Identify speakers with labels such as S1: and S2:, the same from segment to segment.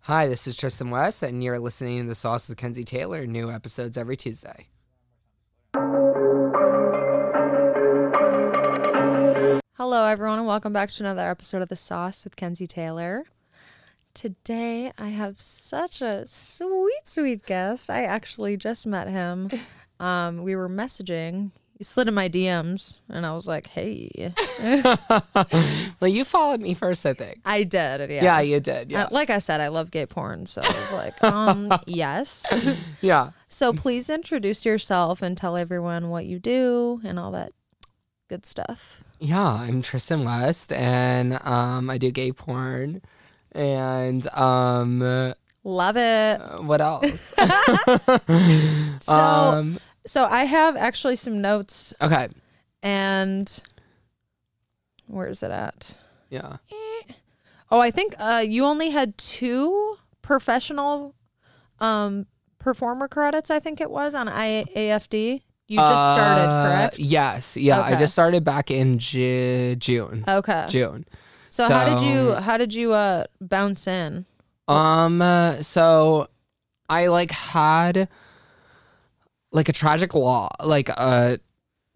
S1: Hi, this is Tristan West, and you're listening to The Sauce with Kenzie Taylor. New episodes every Tuesday.
S2: Hello, everyone, and welcome back to another episode of The Sauce with Kenzie Taylor. Today, I have such a sweet, sweet guest. I actually just met him. Um, we were messaging. He slid in my DMs, and I was like, "Hey,
S1: Well, you followed me first, I think.
S2: I did." Yeah,
S1: Yeah, you did. Yeah.
S2: Uh, like I said, I love gay porn, so I was like, "Um, yes."
S1: yeah.
S2: So please introduce yourself and tell everyone what you do and all that good stuff.
S1: Yeah, I'm Tristan West, and um, I do gay porn. And um, uh,
S2: Love it.
S1: what else?
S2: So,
S1: um,
S2: so I have actually some notes
S1: okay.
S2: and where is it at?
S1: Yeah.
S2: Oh, I think uh, you only had two professional um, performer credits. I think it was on IAFD. You just
S1: Uh,
S2: started, correct?
S1: Yes. Yeah. I
S2: Okay.
S1: just started back in Ju- June.
S2: Okay.
S1: June.
S2: so, how did
S1: so-
S2: you how did you uh, bounce in?
S1: Um. uh, So, I like had like a tragic law, like a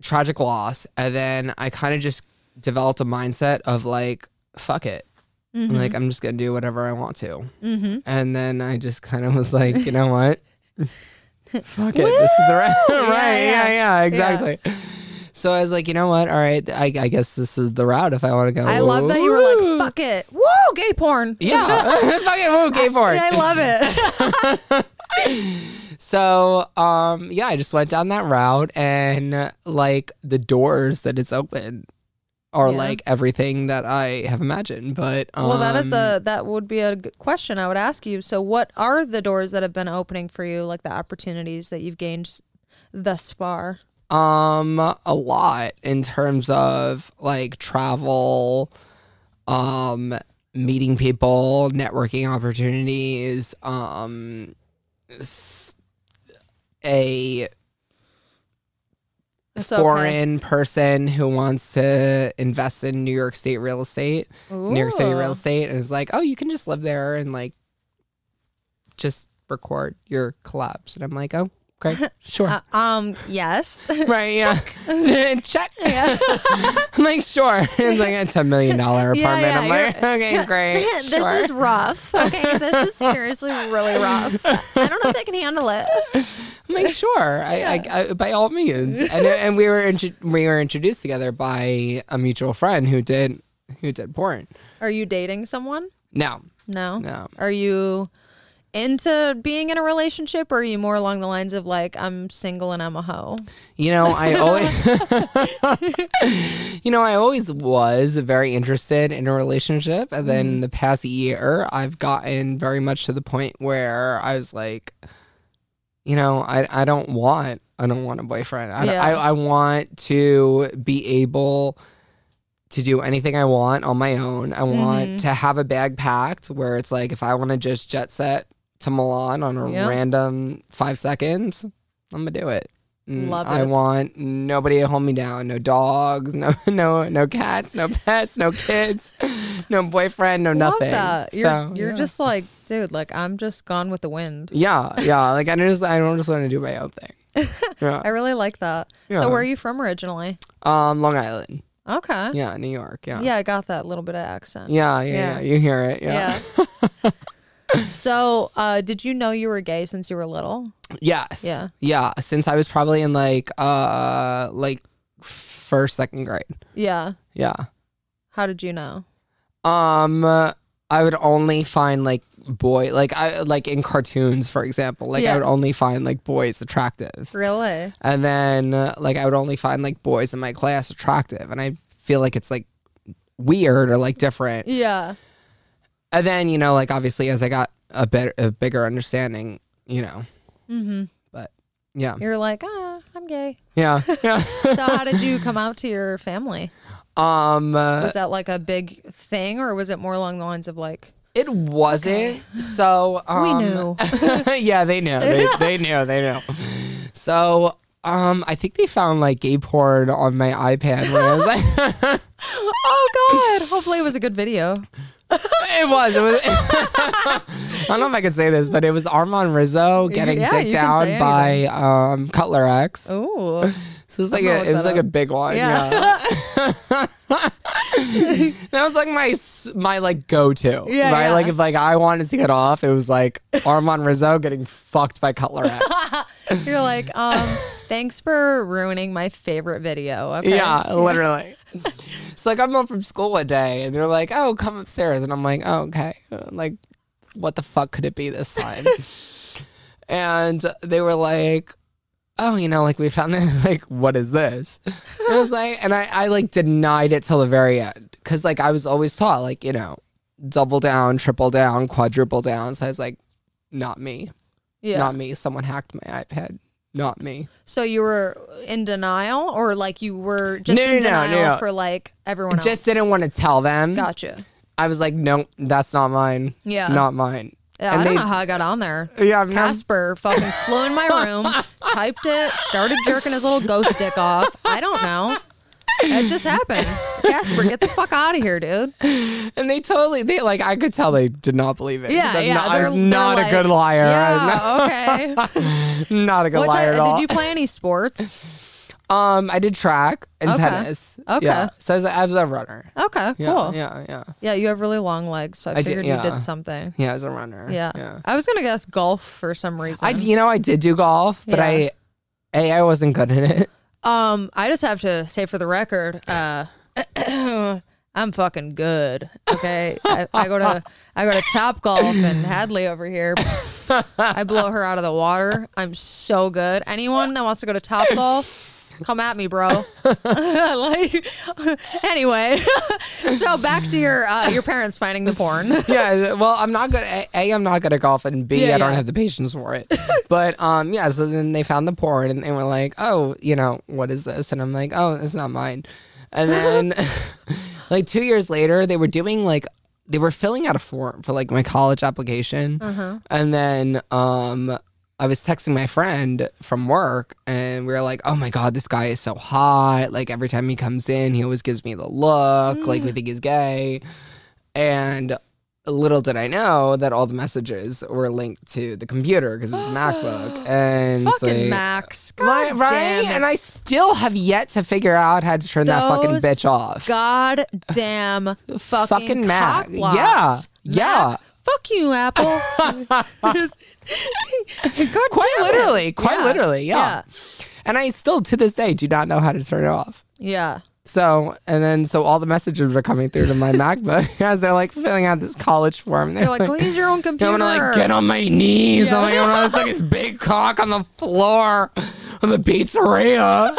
S1: tragic loss, and then I kind of just developed a mindset of like, fuck it. Like I'm just gonna do whatever I want to,
S2: Mm-hmm.
S1: and then I just kind of was like, you know what? Fuck it. This is the right,
S2: Yeah,
S1: right? Yeah,
S2: yeah.
S1: yeah, exactly. So I was like, you know what? All right, I, I guess this is the route if I want to go.
S2: I love that you were
S1: Woo!
S2: like, "Fuck it, woo, gay porn."
S1: Yeah, fucking woo, gay for it.
S2: I love it.
S1: So, um, yeah, I just went down that route, and uh, like the doors that it's open are
S2: Yeah.
S1: like everything that I have imagined. But um,
S2: well, that is a that would be a good question I would ask you. So, what are the doors that have been opening for you, like the opportunities that you've gained s- thus far?
S1: um a lot in terms of like travel, um, meeting people, networking opportunities, um, s- a
S2: That's
S1: foreign person who wants to invest in New York State real estate,
S2: okay.
S1: New York City real
S2: Ooh.
S1: estate, and is like, oh, you can just live there and like just record your collabs. And I'm like, oh, okay, sure.
S2: Uh, um. Yes.
S1: right, yeah. Check.
S2: yeah.
S1: I'm like, sure. it's like a $10 million apartment.
S2: Yeah, yeah,
S1: I'm like, okay, great.
S2: this
S1: sure.
S2: is rough. Okay, this is seriously really rough. I don't know if I can handle it.
S1: I'm like, sure, I, I, I, by all means. And, uh, and we were intro- we were introduced together by a mutual friend who did who did porn.
S2: Are you dating someone?
S1: No,
S2: No.
S1: no.
S2: Are you into being in a relationship, or are you more along the lines of like I'm single and I'm a hoe?
S1: You know, I always, you know, I always was very interested in a relationship, and then the past year, I've gotten very much to the point where I was like, you know, I I don't want, I don't want a boyfriend. I
S2: Yeah.
S1: I, I want to be able to do anything I want on my own. I want to have a bag packed where it's like if I want to just jet set to Milan on a
S2: Yeah.
S1: random five seconds, I'm gonna do it. Mm,
S2: Love
S1: I
S2: it.
S1: want nobody to hold me down. No dogs. No no no cats. No pets. No kids. No boyfriend. No nothing.
S2: Love that. You're,
S1: So,
S2: you're
S1: yeah.
S2: just like, dude, like I'm just gone with the wind.
S1: yeah yeah. Like I just I don't just want to do my own thing. Yeah.
S2: I really like that.
S1: Yeah.
S2: So where are you from originally?
S1: Um, Long Island.
S2: Okay. Yeah.
S1: Yeah, New York. Yeah.
S2: I got that little bit of accent.
S1: Yeah, yeah, yeah.
S2: Yeah.
S1: You hear it. Yeah.
S2: Yeah. so, uh, did you know you were gay since you were little?
S1: Yes.
S2: Yeah.
S1: Yeah. Since I was probably in like uh like first, second grade.
S2: Yeah.
S1: Yeah.
S2: How did you know?
S1: Um I would only find like boy like I like in cartoons, for example. Like I
S2: Yeah.
S1: would only find like boys attractive.
S2: Really?
S1: And then uh, like I would only find like boys in my class attractive. And I feel like it's like weird or like different.
S2: Yeah.
S1: and then you know like obviously as i got a better a bigger understanding you know
S2: Mm-hmm.
S1: but yeah
S2: You're like, ah, I'm gay.
S1: yeah yeah
S2: So, how did you come out to your family?
S1: um uh,
S2: Was that like a big thing, or was it more along the lines of like,
S1: it wasn't so um,
S2: knew.
S1: yeah they knew they, they knew they knew so um i think they found like gay porn on my ipad when i was like
S2: oh God, hopefully it was a good video?
S1: it was it was don't know if I could say this, but it was Armand Rizzo getting
S2: yeah,
S1: dicked
S2: you can
S1: out
S2: say
S1: by um, Cutler X.
S2: Oh,
S1: So it was like
S2: gonna look
S1: a, it was
S2: that
S1: like a big one.
S2: Yeah.
S1: Yeah. that was like my s- my like go to.
S2: Yeah,
S1: right.
S2: yeah.
S1: Like if like I wanted to get off, it was like Armand Rizzo getting fucked by Cutler X.
S2: you're like, um, thanks for ruining my favorite video. Okay.
S1: Yeah, literally. so like I'm home from school one day and they're like, "Oh, come upstairs," and I'm like, "Oh, okay." Uh, Like, what the fuck could it be this time? and they were like, "Oh, you know, like we found it. Like, what is this?" And I was like, and I I like denied it till the very end because like I was always taught like you know double down, triple down, quadruple down. So I was like, "Not me,
S2: Yeah.
S1: not me. Someone hacked my iPad." Not me.
S2: so you were in denial, or like you were just
S1: No,
S2: in
S1: no, no,
S2: denial
S1: no.
S2: for like everyone else.
S1: Just didn't want to tell them.
S2: Gotcha.
S1: I was like, no, that's not mine.
S2: Yeah.
S1: Not mine.
S2: Yeah,
S1: And
S2: I don't
S1: they-
S2: know how I got on there.
S1: Yeah, I'm not.
S2: Casper fucking flew in my room, typed it, started jerking his little ghost dick off. I don't know. It just happened. Casper, get the fuck out of here, dude.
S1: And they totally, they like, I could tell they did not believe it. 'cause
S2: Yeah,
S1: I'm
S2: yeah.
S1: Not, I
S2: they're-
S1: was
S2: they're
S1: not a
S2: like,
S1: good liar.
S2: Yeah, okay.
S1: I was not a good
S2: What
S1: liar
S2: type,
S1: at all.
S2: did you play any sports?
S1: um, I did track and
S2: Okay.
S1: tennis.
S2: Okay.
S1: Yeah. So I was, I was a runner.
S2: Okay,
S1: Yeah,
S2: cool. Yeah.
S1: yeah, yeah,
S2: you have really long legs, so I
S1: did-
S2: figured you
S1: yeah.
S2: did something.
S1: yeah. I was a runner.
S2: Yeah.
S1: yeah.
S2: I was gonna guess golf for some reason.
S1: I, you know, I did do golf, but
S2: Yeah.
S1: I, a, I wasn't good at it.
S2: Um, I just have to say for the record, uh, I'm fucking good. Okay, I, I go to I go to Top Golf and Hadley over here. I blow her out of the water. I'm so good. Anyone that wants to go to Top Golf, come at me, bro. like, anyway, so back to your uh, your parents finding the porn.
S1: yeah, well, I'm not good. A, a, I'm not good at golf, and B,
S2: Yeah,
S1: I don't
S2: yeah.
S1: have the patience for it. but um, yeah. So then they found the porn, and they were like, "Oh, you know, what is this?" And I'm like, "Oh, it's not mine." And then, like two years later, they were doing like they were filling out a form for like my college application,
S2: Uh-huh.
S1: and then um. I was texting my friend from work and we were like, oh my God, this guy is so hot. Like every time he comes in, he always gives me the look. Like
S2: Mm.
S1: we think he's gay. And little did I know that all the messages were linked to the computer because it's a MacBook. And it's
S2: fucking
S1: like-
S2: Max, God
S1: Right, right?
S2: damn it.
S1: And I still have yet to figure out how to turn that fucking
S2: Those
S1: bitch off.
S2: God damn fucking,
S1: Fucking Mac.
S2: Mac.
S1: Yeah, yeah.
S2: Fuck you, Apple. God
S1: quite
S2: damn it.
S1: literally, quite
S2: Yeah,
S1: literally, yeah. And I still to this day do not know how to turn it off.
S2: Yeah.
S1: So, and then so all the messages were coming through to my MacBook as they're like filling out this college form. They're
S2: You're like, go use your own computer.
S1: I'm gonna like get on my knees.
S2: Yeah.
S1: I'm like, I'm gonna like his big cock on the floor of the pizzeria.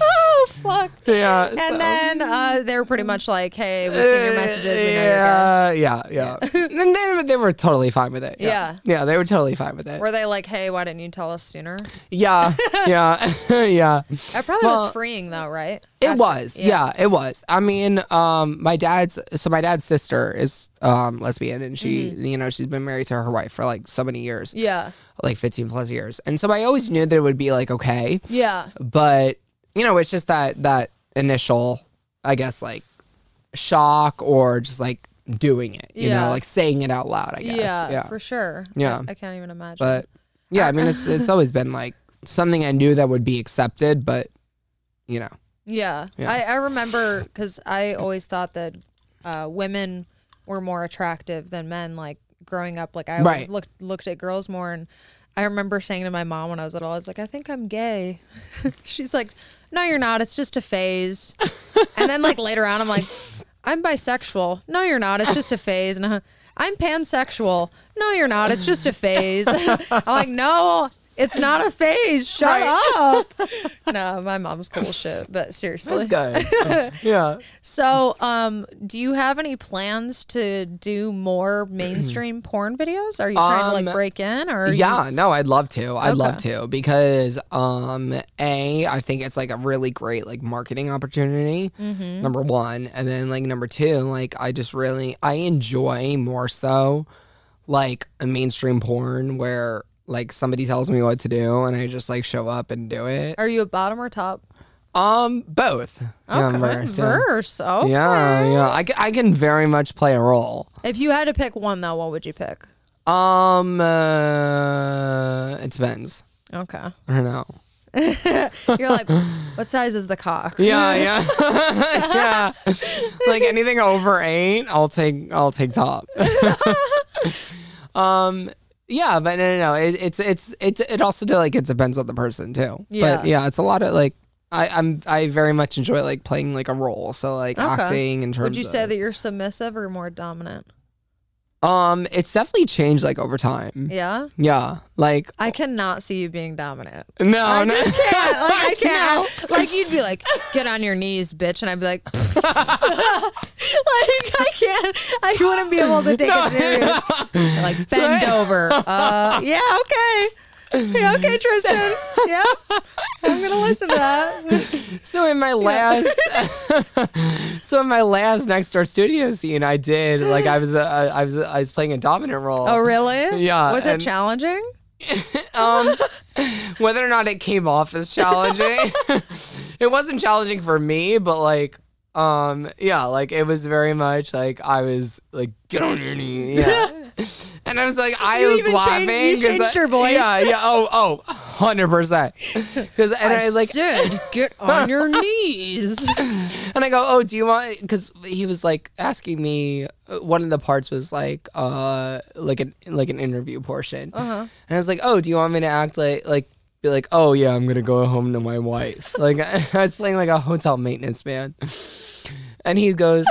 S2: oh, fuck.
S1: yeah.
S2: And
S1: so-
S2: then uh, they were pretty much like, hey, we've seen your messages. We know you're
S1: yeah, yeah, yeah. and they, they were totally fine with it.
S2: Yeah.
S1: yeah. they were totally fine with it.
S2: good. Were they like, hey, why didn't you tell us sooner?
S1: Yeah, yeah, yeah.
S2: That probably
S1: Well,
S2: was freeing, though, right?
S1: It
S2: After-
S1: was, yeah. it was. I mean, um, my dad's so my dad's sister is um lesbian, and she, you know, she's been married to her wife for like so many years,
S2: Mm-hmm. Yeah.
S1: like fifteen plus years, and so I always knew that it would be like okay,
S2: Yeah.
S1: but you know it's just that that initial i guess like shock or just like doing it you
S2: Yeah.
S1: know like saying it out loud i guess
S2: Yeah,
S1: yeah,
S2: for sure.
S1: Yeah.
S2: I, I can't even imagine.
S1: but yeah i mean it's it's always been like something i knew that would be accepted but you know
S2: Yeah.
S1: Yeah.
S2: I, I remember because I always thought that uh, women were more attractive than men. Like growing up, like I always
S1: Right.
S2: looked looked at girls more. And I remember saying to my mom when I was little, I was like, I think I'm gay. She's like, No, you're not. It's just a phase. and then like later on, I'm like, I'm bisexual. No, you're not. It's just a phase. And uh, I'm pansexual. No, you're not. It's just a phase. I'm like, No. It's not a phase. Shut up. no, my mom's cool shit, but seriously.
S1: that's good yeah
S2: So, um, do you have any plans to do more mainstream porn videos? Are you trying to
S1: Um,
S2: like break in or are you-
S1: yeah no i'd love to i'd love
S2: Okay.
S1: to because um a i think it's like a really great like marketing opportunity
S2: Mm-hmm.
S1: number one and then like number two like i just really i enjoy more so like a mainstream porn where like somebody tells me what to do and i just like show up and do it
S2: are you a bottom or top?
S1: um both
S2: Okay.
S1: numbers, yeah.
S2: Verse. Okay.
S1: yeah yeah I, c- I can very much play a role
S2: If you had to pick one though, what would you pick?
S1: Um, uh, it depends.
S2: Okay.
S1: I don't know.
S2: You're like, what size is the cock?
S1: Yeah, yeah, yeah. Like anything over eight, I'll take. I'll take top. um. Yeah, but no, no, no. It, it's it's it's it also de- like it depends on the person too.
S2: Yeah.
S1: But yeah, it's a lot of like I I'm I very much enjoy like playing like a role. So like
S2: Okay.
S1: acting in terms.
S2: Would you
S1: of,
S2: say that you're submissive or more dominant?
S1: Um, it's definitely changed like over time.
S2: Yeah.
S1: Yeah, like
S2: I cannot see you being dominant.
S1: no,
S2: I
S1: Oh, no.
S2: just can't.
S1: No.
S2: Like, I can't. Like you'd be like, get on your knees, bitch, and I'd be like, like I can't. I wouldn't be able to take
S1: No.
S2: it serious. Like bend over. Uh, yeah, okay. Yeah, okay, Tristan. Yeah, I'm gonna listen to that.
S1: So in my last, so in my last next door studio scene, I did like I was a, I was a, I was playing a dominant role.
S2: Oh, really?
S1: Yeah,
S2: Was
S1: and-
S2: it challenging?
S1: Um, whether or not it came off as challenging, it wasn't challenging for me, but like, um, yeah, like it was very much like I was like get on your knee, yeah. And I was like, I
S2: You
S1: was
S2: even
S1: laughing.
S2: changed- you
S1: 'cause
S2: changed
S1: I-
S2: your voice.
S1: Yeah, yeah. Oh, oh, hundred percent. Because and I, like
S2: said, get on your knees.
S1: And I go, oh, do you want? Because he was like asking me. uh, One of the parts was like, uh, like an like an interview portion,
S2: Uh-huh.
S1: and I was like, oh, do you want me to act like like be like, oh yeah, I'm gonna go home to my wife. like I, was playing like a hotel maintenance man, and he goes.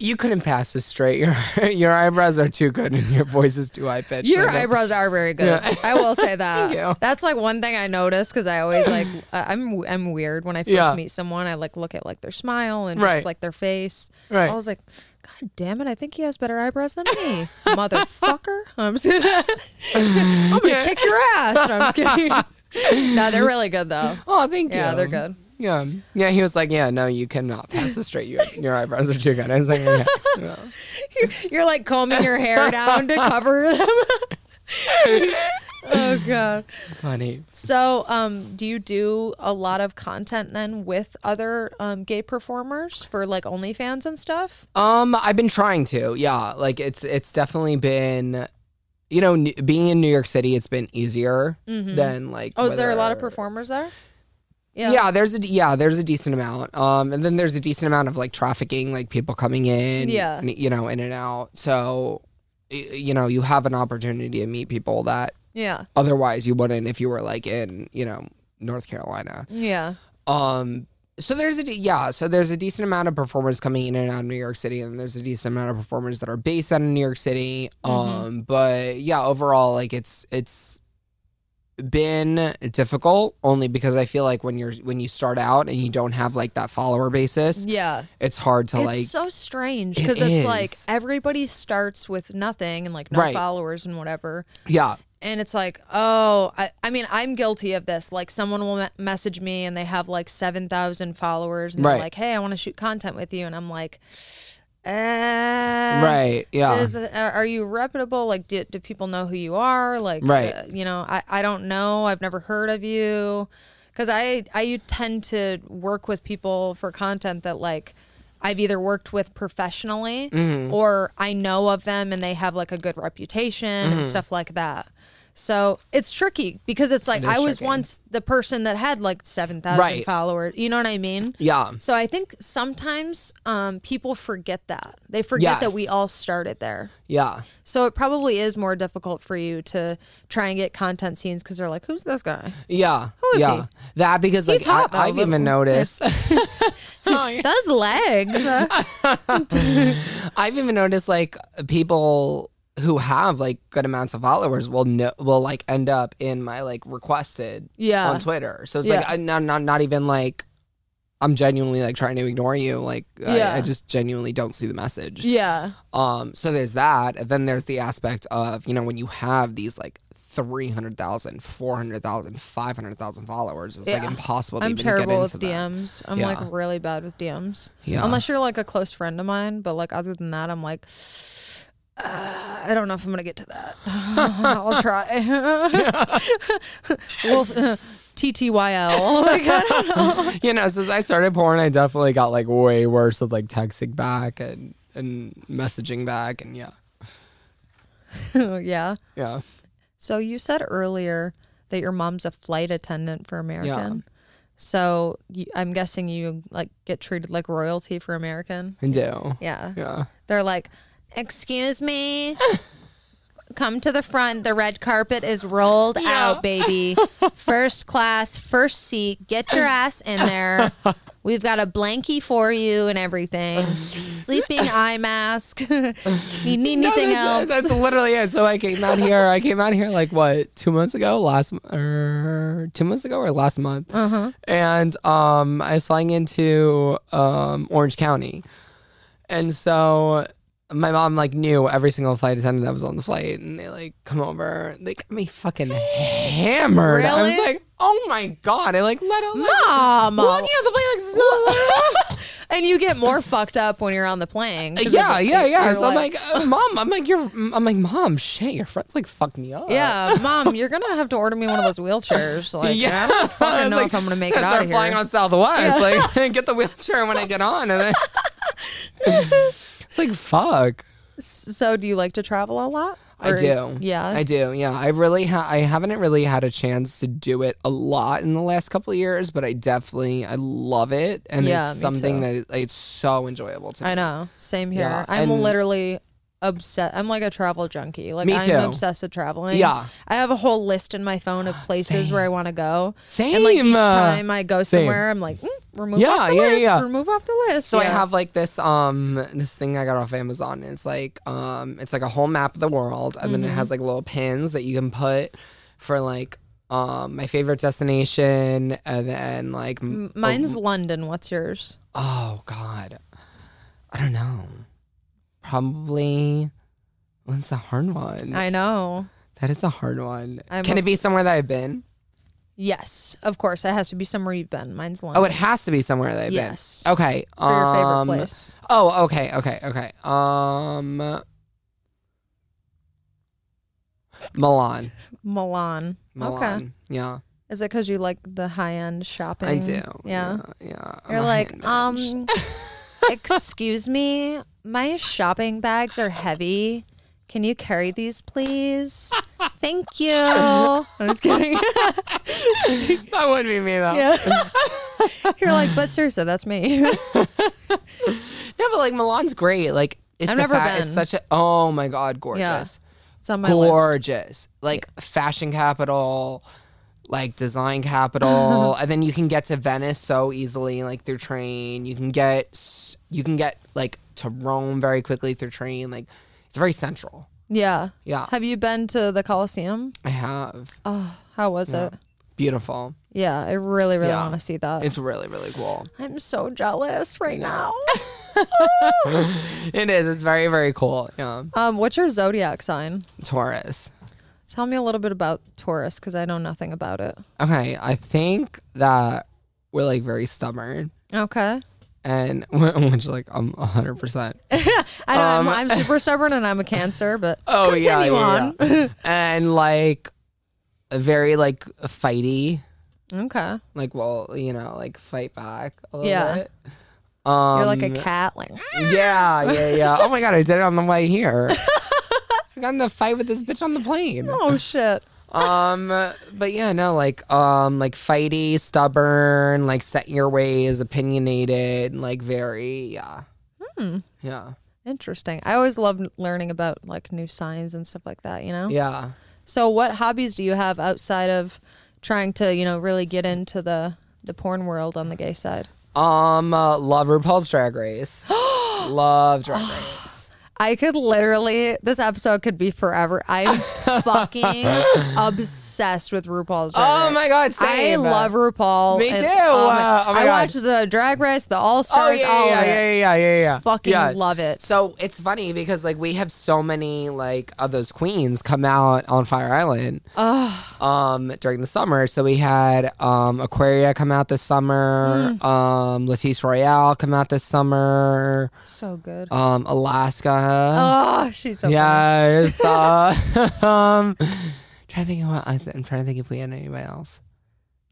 S1: You couldn't pass this straight. Your your eyebrows are too good, and your voice is too high pitched.
S2: Your eyebrows are very good.
S1: Yeah.
S2: I will say that.
S1: you.
S2: That's like one thing I notice because I always like I- I'm I'm weird when I first
S1: Yeah.
S2: meet someone. I like look at like their smile and
S1: Right.
S2: just like their face.
S1: Right.
S2: I was like, God damn it! I think he has better eyebrows than me, motherfucker. I'm just kidding. I'm gonna kick your ass. No, I'm just kidding. no, they're really good though.
S1: Oh, thank you.
S2: Yeah, they're good.
S1: Yeah, yeah. He was like, yeah, no, you cannot pass this straight. Your your eyebrows are too good. I was like, yeah. yeah.
S2: You're, you're like combing your hair down to cover them. oh god.
S1: funny.
S2: So, um, do you do a lot of content then with other um, gay performers for like OnlyFans and stuff?
S1: Um, I've been trying to. Yeah, like it's it's definitely been, you know, n- being in New York City, it's been easier than like.
S2: Oh, is there a lot of
S1: whether-
S2: performers there?
S1: Yeah. there's a d- yeah, there's a decent amount. Um, and then there's a decent amount of like trafficking, like people coming in,
S2: Yeah.
S1: n- you know, in and out. So, y- you know, you have an opportunity to meet people that
S2: Yeah.
S1: otherwise you wouldn't if you were like in, you know, North Carolina.
S2: Yeah.
S1: Um, so there's a de- yeah, so there's a decent amount of performers coming in and out of New York City, and there's a decent amount of performers that are based out of New York City.
S2: Mm-hmm.
S1: Um, but yeah, overall, like it's it's been difficult only because I feel like when you're when you start out and you don't have like that follower basis,
S2: Yeah.
S1: it's hard to
S2: It's
S1: like
S2: so strange
S1: It
S2: because it's like
S1: is.
S2: everybody starts with nothing and like no
S1: Right.
S2: followers and whatever.
S1: yeah
S2: and it's like, oh, I, I mean, I'm guilty of this. Like, someone will me- message me and they have like 7,000 followers and
S1: Right.
S2: they're like, hey, I want to shoot content with you. And I'm like, uh, right.
S1: right yeah
S2: Is, uh, are are you reputable? Like, do, do people know who you are? Like,
S1: Right.
S2: uh, you know, I, I don't know. I've never heard of you. Because I, I tend to work with people for content that, like, I've either worked with professionally
S1: Mm-hmm.
S2: or I know of them and they have, like, a good reputation and
S1: Mm-hmm.
S2: stuff like that. So it's tricky because it's like
S1: is
S2: I was
S1: tricky.
S2: once the person that had like 7,000
S1: Right.
S2: followers. You know what I mean?
S1: yeah
S2: So I think sometimes um, people forget that. They forget that we
S1: Yes.
S2: all started there.
S1: yeah
S2: So it probably is more difficult for you to try and get content scenes because they're like, who's this guy?
S1: yeah
S2: is
S1: yeah that because like
S2: He's hot, though,
S1: I, I've
S2: but-
S1: even noticed. Oh,
S2: Those legs. Uh,
S1: I've even noticed like people who have like good amounts of followers will know will like end up in my like requested
S2: Yeah.
S1: on Twitter. So it's like
S2: Uh-huh. Yeah.
S1: I, not not not even like I'm genuinely like trying to ignore you. Like
S2: Yeah.
S1: I, I just genuinely don't see the message.
S2: yeah.
S1: Um. So there's that, and then there's the aspect of you know when you have these like. 300,000, 400,000, 500,000 followers. It's like
S2: Yeah.
S1: impossible to
S2: I'm
S1: even
S2: terrible
S1: get
S2: with
S1: into them.
S2: DMs. I'm
S1: Yeah.
S2: like really bad with DMs.
S1: Yeah.
S2: Unless you're like a close friend of mine. But like other than that, I'm like, uh, I don't know if I'm going to get to that. I'll try. we'll, TTYL. Oh my God. I don't know.
S1: you know, since I started porn, I definitely got like way worse with like texting back and and messaging back and yeah.
S2: yeah.
S1: Yeah.
S2: So you said earlier that your mom's a flight attendant for American. So you, I'm guessing you like get treated like royalty for American.
S1: I do.
S2: Yeah.
S1: Yeah.
S2: They're like, "Excuse me. Come to the front. The red carpet is rolled out, baby. First class, first seat. Get your ass in there. We've got a blankie for you and everything. Sleeping eye mask. you need anything
S1: No, that's,
S2: else?
S1: that's literally it. So I came out here. I came out here like what two months ago, last m- er, two months ago or last month, and um, I slung into um Orange County, and so my mom like knew every single flight attendant that was on the flight, and they like come over. They got me fucking hammered. I was
S2: Really?
S1: like, oh my god! I like let out. Like,
S2: Mom.
S1: Looking at the plane like, this is not-
S2: and you get more fucked up when you're on the plane. 'cause of
S1: Uh, yeah,
S2: the-
S1: yeah, yeah.
S2: you're
S1: So I'm like, uh, mom, I'm like, you're, I'm like, mom, shit, your friends like fucked me up.
S2: yeah, mom, you're gonna have to order me one of those wheelchairs. Like, I don't
S1: I
S2: fucking
S1: was
S2: know
S1: like,
S2: if I'm gonna make
S1: "Yeah,
S2: it out
S1: start
S2: of here.
S1: flying on Southwest. Like, get the wheelchair when I get on, and then it's like, fuck.
S2: so, do you like to travel a lot?
S1: I
S2: Or-
S1: do.
S2: Yeah.
S1: I do. Yeah, I really, ha- I haven't really had a chance to do it a lot in the last couple of years, but I definitely, I love it, and
S2: Yeah,
S1: it's
S2: me
S1: something
S2: too.
S1: that it- it's so enjoyable to me.
S2: I know. Same here.
S1: Yeah,
S2: I'm
S1: and-
S2: literally obsessed. I'm like a travel junkie. Like
S1: Me
S2: I'm
S1: too.
S2: obsessed with traveling.
S1: Yeah.
S2: I have a whole list in my phone of places where I want to go.
S1: Same.
S2: And like each
S1: uh,
S2: time I go
S1: same.
S2: somewhere, I'm like, mm, remove
S1: Yeah,
S2: off the
S1: yeah,
S2: list.
S1: yeah.
S2: Remove off the list.
S1: So I
S2: Yeah.
S1: have like this um this thing I got off Amazon and it's like um it's like a whole map of the world and then it
S2: Mm-hmm.
S1: has like little pins that you can put for like um my favorite destination and then like m-
S2: Mine's London. What's yours?
S1: oh god. I don't know. Probably what's a hard one?
S2: I know.
S1: that is a hard one.
S2: I'm
S1: can
S2: a-
S1: it be somewhere that I've been?
S2: Yes, of course. It has to be somewhere you've been. Mine's London.
S1: Oh, it has to be somewhere that I've
S2: yes.
S1: been. Okay.
S2: For your favorite
S1: um,
S2: place.
S1: Oh, okay, okay, okay. Um, Milan,
S2: Milan.
S1: Milan.
S2: Okay.
S1: Yeah,
S2: Is it because you like the high end shopping?
S1: I do.
S2: Yeah.
S1: yeah. yeah. I'm
S2: You're
S1: a
S2: like,
S1: hand bitch.
S2: um, excuse me, my shopping bags are heavy. Can you carry these, please? Thank you. I'm just kidding.
S1: that would be me though. Yeah.
S2: Yeah. You're like, but seriously, that's me.
S1: No, but like Milan's great. Like it's
S2: I've
S1: the
S2: never
S1: fact- It's
S2: been.
S1: such a oh my god, gorgeous,
S2: It's on my list.
S1: gorgeous. Like fashion capital. Like design capital, and then you can get to Venice so easily, like through train. You can get, s- you can get like to Rome very quickly through train. Like, it's very central.
S2: Yeah.
S1: Yeah,
S2: Have you been to the Coliseum?
S1: I have.
S2: Oh, how was it?
S1: Beautiful.
S2: Yeah, I really, really
S1: Yeah.
S2: want to see that.
S1: It's really, really cool.
S2: I'm so jealous right now.
S1: It is. It's very, very cool. Yeah.
S2: um, what's your zodiac sign?
S1: Taurus.
S2: Tell me a little bit about Taurus because I know nothing about it.
S1: Okay. I think that we're like very stubborn
S2: Okay.
S1: and which like I'm 100%.
S2: I know I'm, I'm super stubborn and I'm a Cancer, but
S1: Um, Oh
S2: continue
S1: yeah, yeah,
S2: on.
S1: yeah. and like very like fighty.
S2: Okay.
S1: Like well, you know, like fight back a little
S2: Yeah.
S1: bit. Um,
S2: You're like a cat. Like
S1: yeah, yeah, yeah. Oh my god, I did it on the way here. I got in a fight with this bitch on the plane.
S2: oh shit.
S1: um but yeah no like um like fighty stubborn like set in your ways opinionated like very yeah
S2: Hmm.
S1: yeah
S2: Interesting. I always love learning about like new signs and stuff like that. You know.
S1: yeah
S2: So what hobbies do you have outside of trying to you know really get into the the porn world on the gay side?
S1: um uh, love RuPaul's Drag Race love
S2: Oh,
S1: Drag Race
S2: I could literally this episode could be forever. I'm fucking obsessed with RuPaul's. Drag
S1: oh
S2: Race.
S1: my god
S2: I
S1: same.
S2: love RuPaul.
S1: Me
S2: and-
S1: too.
S2: my-
S1: Uh, oh my
S2: I
S1: God.
S2: watched the Drag Race, the All
S1: oh
S2: Stars,
S1: yeah
S2: all
S1: yeah,
S2: of it.
S1: yeah yeah yeah yeah
S2: Fucking
S1: Yes.
S2: love it.
S1: so it's funny because like we have so many like of those queens come out on Fire Island
S2: Ugh.
S1: um during the summer. So we had um Aquaria come out this summer,
S2: Mm.
S1: um Letice Royale come out this summer,
S2: so good.
S1: um Alaska.
S2: oh, she's so
S1: yes. uh, um trying to think of what I th- I'm trying to think if we had anybody else.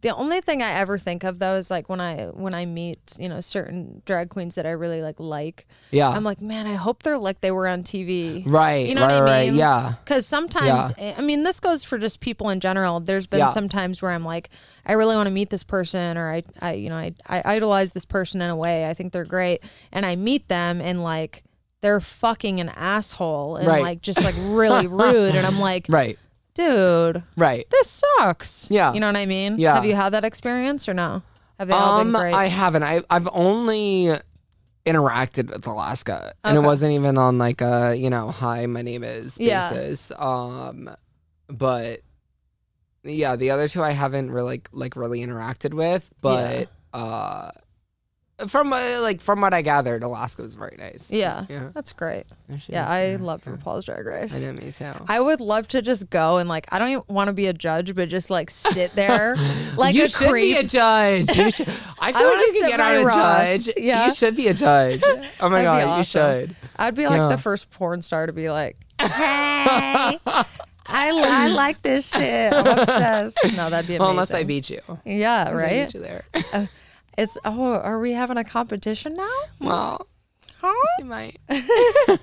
S2: the only thing I ever think of though is like when I when I meet you know certain drag queens that I really like like
S1: Yeah.
S2: I'm like man I hope they're like they were on TV
S1: right.
S2: Um, you know
S1: right.
S2: what I
S1: right.
S2: mean
S1: Yeah.
S2: because sometimes eh, I mean this goes for just people in general there's been
S1: Yeah.
S2: some times where I'm like I really want to meet this person or I I you know I I idolize this person in a way I think they're great and I meet them and like they're fucking an asshole and
S1: Right.
S2: like just like really rude and I'm like
S1: Right.
S2: dude
S1: Right.
S2: this sucks.
S1: Yeah.
S2: You know what I mean?
S1: Yeah. Um,
S2: Have you had that experience or no? Have they all been great?
S1: I haven't. I I've only interacted with Alaska, and it
S2: Okay.
S1: wasn't even on like a you know hi, my name is
S2: Yeah.
S1: basis. Um, but yeah, the other two I haven't really like really interacted with, but uh, from uh, like from what I gathered, Alaska was very nice.
S2: yeah.
S1: yeah,
S2: That's great.
S1: she
S2: Yeah,
S1: was,
S2: I love
S1: yeah.
S2: RuPaul's Drag
S1: I
S2: Race.
S1: know me too.
S2: I would love to just go and like I don't even want to be a judge, but just like sit there
S1: Oh
S2: like
S1: you
S2: a
S1: should
S2: creep.
S1: be a judge. You should, I feel
S2: wanna
S1: like you
S2: sit
S1: can get
S2: by
S1: out a
S2: Ross.
S1: judge.
S2: Yeah.
S1: You should be a judge. Oh my
S2: That'd be
S1: god, you
S2: awesome.
S1: should.
S2: I'd be like
S1: Yeah.
S2: the first porn star to be like, hey, I, I like this shit. I'm obsessed. No, that'd be amazing.
S1: Well, unless I beat you. Unless
S2: Yeah,
S1: I
S2: right.
S1: beat you there.
S2: Uh, it's oh, are we having a competition now?
S1: well,
S2: Huh?
S1: you might.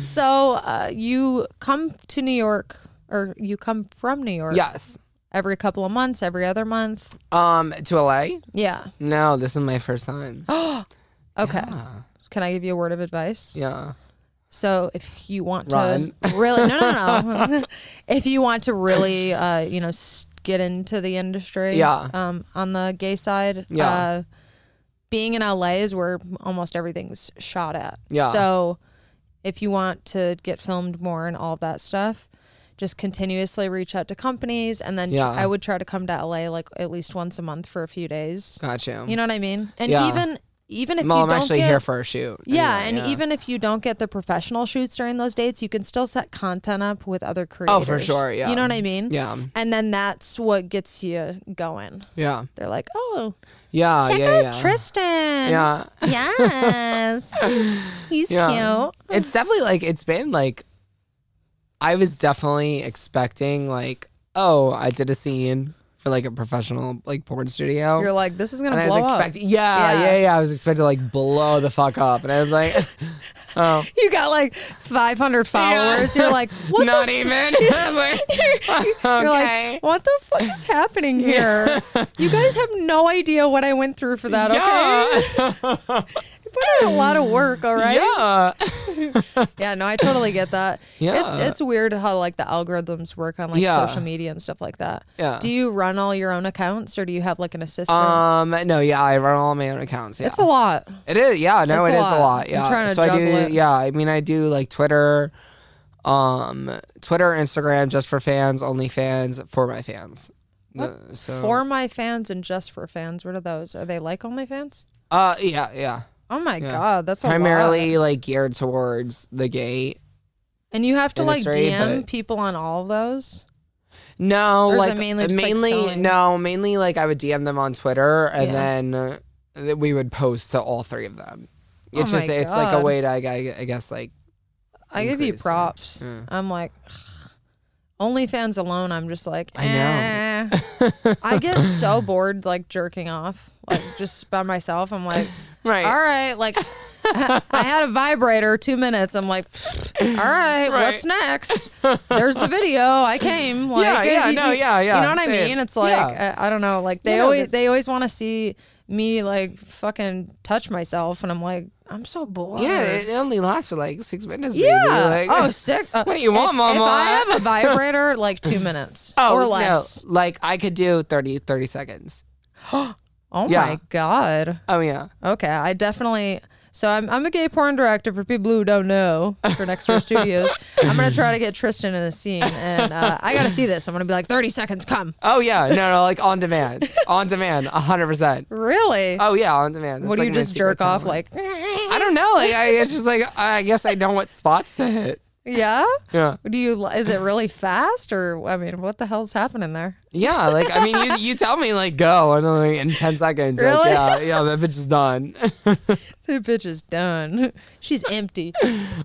S2: So uh, you come to New York, or you come from New York?
S1: Yes.
S2: Every couple of months, every other month.
S1: Um, to LA?
S2: Yeah.
S1: No, this is my first time.
S2: Okay.
S1: Ah,
S2: Can I give you a word of advice?
S1: yeah.
S2: So if you want
S1: Run.
S2: to really, no, no, no. if you want to really, uh, you know, s- get into the industry,
S1: Yeah.
S2: Um, on the gay side,
S1: Yeah.
S2: Uh, being in LA is where almost everything's shot at.
S1: Yeah.
S2: So if you want to get filmed more and all of that stuff. Just continuously reach out to companies, and then tr-
S1: Yeah.
S2: I would try to come to LA like at least once a month for a few days.
S1: Got you.
S2: You know what I mean? And
S1: Yeah.
S2: even even if
S1: well,
S2: you
S1: I'm
S2: don't
S1: actually
S2: get
S1: here for a shoot.
S2: yeah,
S1: anyway,
S2: and even if you don't get the professional shoots during those dates, you can still set content up with other creators.
S1: Oh, for sure, yeah.
S2: You know what I mean?
S1: Yeah.
S2: And then that's what gets you going.
S1: Yeah.
S2: They're like, oh,
S1: Yeah.
S2: check
S1: yeah.
S2: out
S1: yeah.
S2: Tristan.
S1: Yeah.
S2: Yes. He's
S1: Yeah.
S2: cute.
S1: It's definitely like it's been like I was definitely expecting like, oh, I did a scene for like a professional like porn studio.
S2: You're like, this is going
S1: and
S2: to
S1: I
S2: blow
S1: was
S2: up.
S1: expecting yeah,
S2: Yeah.
S1: yeah, yeah, I was expecting to like blow the fuck up. And I was like, oh,
S2: You got like 500 followers. You're like, what
S1: not
S2: the
S1: even. I was like,
S2: You're
S1: okay.
S2: like, what the fuck is happening here? you guys have no idea what I went through for that, okay? You put in a lot of work, all right?
S1: yeah.
S2: Yeah, no, I totally get that.
S1: Yeah.
S2: It's it's weird how like the algorithms work on like
S1: Yeah.
S2: social media and stuff like that.
S1: Yeah.
S2: Do you run all your own accounts or do you have like an assistant?
S1: Um. No. Yeah. I run all my own accounts. Yeah.
S2: it's a lot.
S1: It is, yeah. No,
S2: It's
S1: it
S2: a
S1: is
S2: lot.
S1: a lot.
S2: I'm
S1: Yeah.
S2: trying to
S1: so I do.
S2: juggle it.
S1: Yeah, I mean, I do like Twitter, um, Twitter, Instagram, just for fans, only fans for my fans. Uh, so,
S2: For my fans and just for fans, what are those? Are they like OnlyFans?
S1: uh, yeah, yeah.
S2: Oh my god, that's a lot.
S1: Primarily like geared towards the gay.
S2: And you have to like
S1: industry,
S2: DM
S1: but-
S2: people on all of those.
S1: No,
S2: Or is it
S1: like
S2: mainly
S1: mainly,
S2: just, like, selling?
S1: no, mainly like I would DM them on Twitter, and
S2: Yeah.
S1: then uh, th- we would post to all three of them.
S2: Oh
S1: It's
S2: my
S1: just it's like a
S2: God.
S1: way to I, gu- I guess like
S2: I give you
S1: Increase, yeah.
S2: props.
S1: Yeah.
S2: I'm like, OnlyFans alone, I'm just like,
S1: I know.
S2: eh. I get so bored like jerking off, like just by myself. I'm like,
S1: right.
S2: all right, like I had a vibrator two minutes. I'm like, all right,
S1: Right.
S2: what's next? There's the video. I came. Like,
S1: Yeah, yeah, no, yeah, yeah,
S2: You know what I
S1: same.
S2: mean? It's like
S1: Yeah.
S2: I, I don't know. Like they
S1: Yeah, no,
S2: always
S1: this-
S2: they always want to see me like fucking touch myself, and I'm like, I'm so bored.
S1: Yeah, it it only lasts for like six minutes. baby.
S2: Yeah.
S1: Like,
S2: oh, sick. Uh,
S1: What do you want,
S2: if, If
S1: mama?
S2: I have a vibrator, like two minutes or less.
S1: Oh, No. Like I could do 30, 30 seconds.
S2: Oh
S1: Yeah.
S2: my god.
S1: Oh yeah.
S2: Okay, I definitely. So I'm I'm a gay porn director for people who don't know for Next Door Studios. I'm gonna try to get Tristan in a scene, and uh, I gotta see this. I'm gonna be like, 30 seconds, come.
S1: Oh yeah. No, no, like on demand. on demand, hundred percent.
S2: Really?
S1: Oh yeah, on demand. That's,
S2: what do
S1: like,
S2: you
S1: my
S2: just
S1: secret
S2: jerk off
S1: talent.
S2: like?
S1: I don't know. Like I it's just like I guess I know what spots to hit.
S2: Yeah.
S1: Yeah.
S2: Do you? Is it really fast, or I mean, what the hell's happening there?
S1: Yeah. Like I mean you you tell me like go and then like in ten seconds.
S2: Really?
S1: Like, yeah, yeah, that bitch is done.
S2: The bitch is done. She's empty.